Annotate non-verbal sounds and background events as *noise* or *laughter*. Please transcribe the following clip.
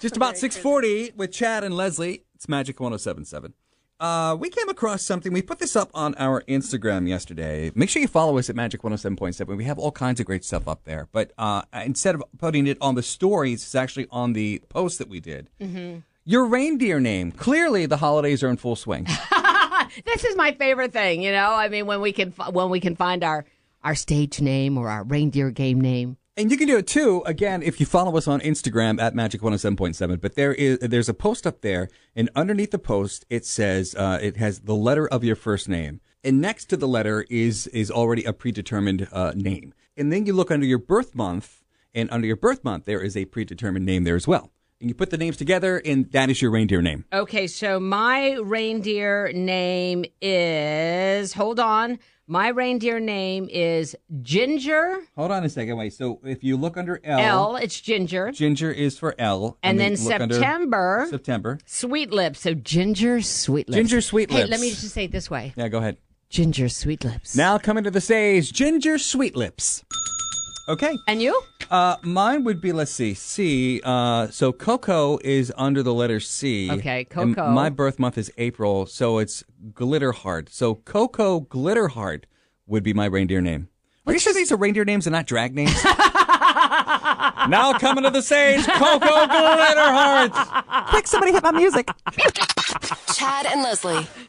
Just about 640 with Chad and Leslie. It's Magic 1077. Uh, we came across something. We put this up on our Instagram yesterday. Make sure you follow us at Magic 107.7. We have all kinds of great stuff up there. But uh, instead of putting it on the stories, it's actually on the post that we did. Your reindeer name. Clearly, the holidays are in full swing. This is my favorite thing, you know. I mean, when we can fi- when we can find our our stage name or our reindeer game name. And you can do it too, again, if you follow us on Instagram at Magic 107.7. But there is, there's a post up there, and underneath the post, it says, uh, it has the letter of your first name. And next to the letter is, is already a predetermined uh, name. And then you look under your birth month, and under your birth month, there is a predetermined name there as well. And you put the names together, and that is your reindeer name. Okay, so my reindeer name is hold on. My reindeer name is Ginger Hold on a second. Wait. So if you look under L, L. It's Ginger, Ginger is for L. and then look under September September. Sweet Lips. So Ginger Sweet Lips. Ginger Sweet Hey, Lips. let me just say it this way: Yeah, go ahead. Ginger Sweet Lips. Now coming to the stage, Ginger Sweet Lips. Okay. and you? Uh, mine would be let's see, C. Uh, so Coco is under the letter C. Okay, And Coco. my birth month is April, so it's Glitter Heart. So Coco Glitter Heart would be my reindeer name. Are you sure these are reindeer names and not drag names? *laughs* now coming to the stage, Coco *laughs* Glitter Heart. Chad and Leslie.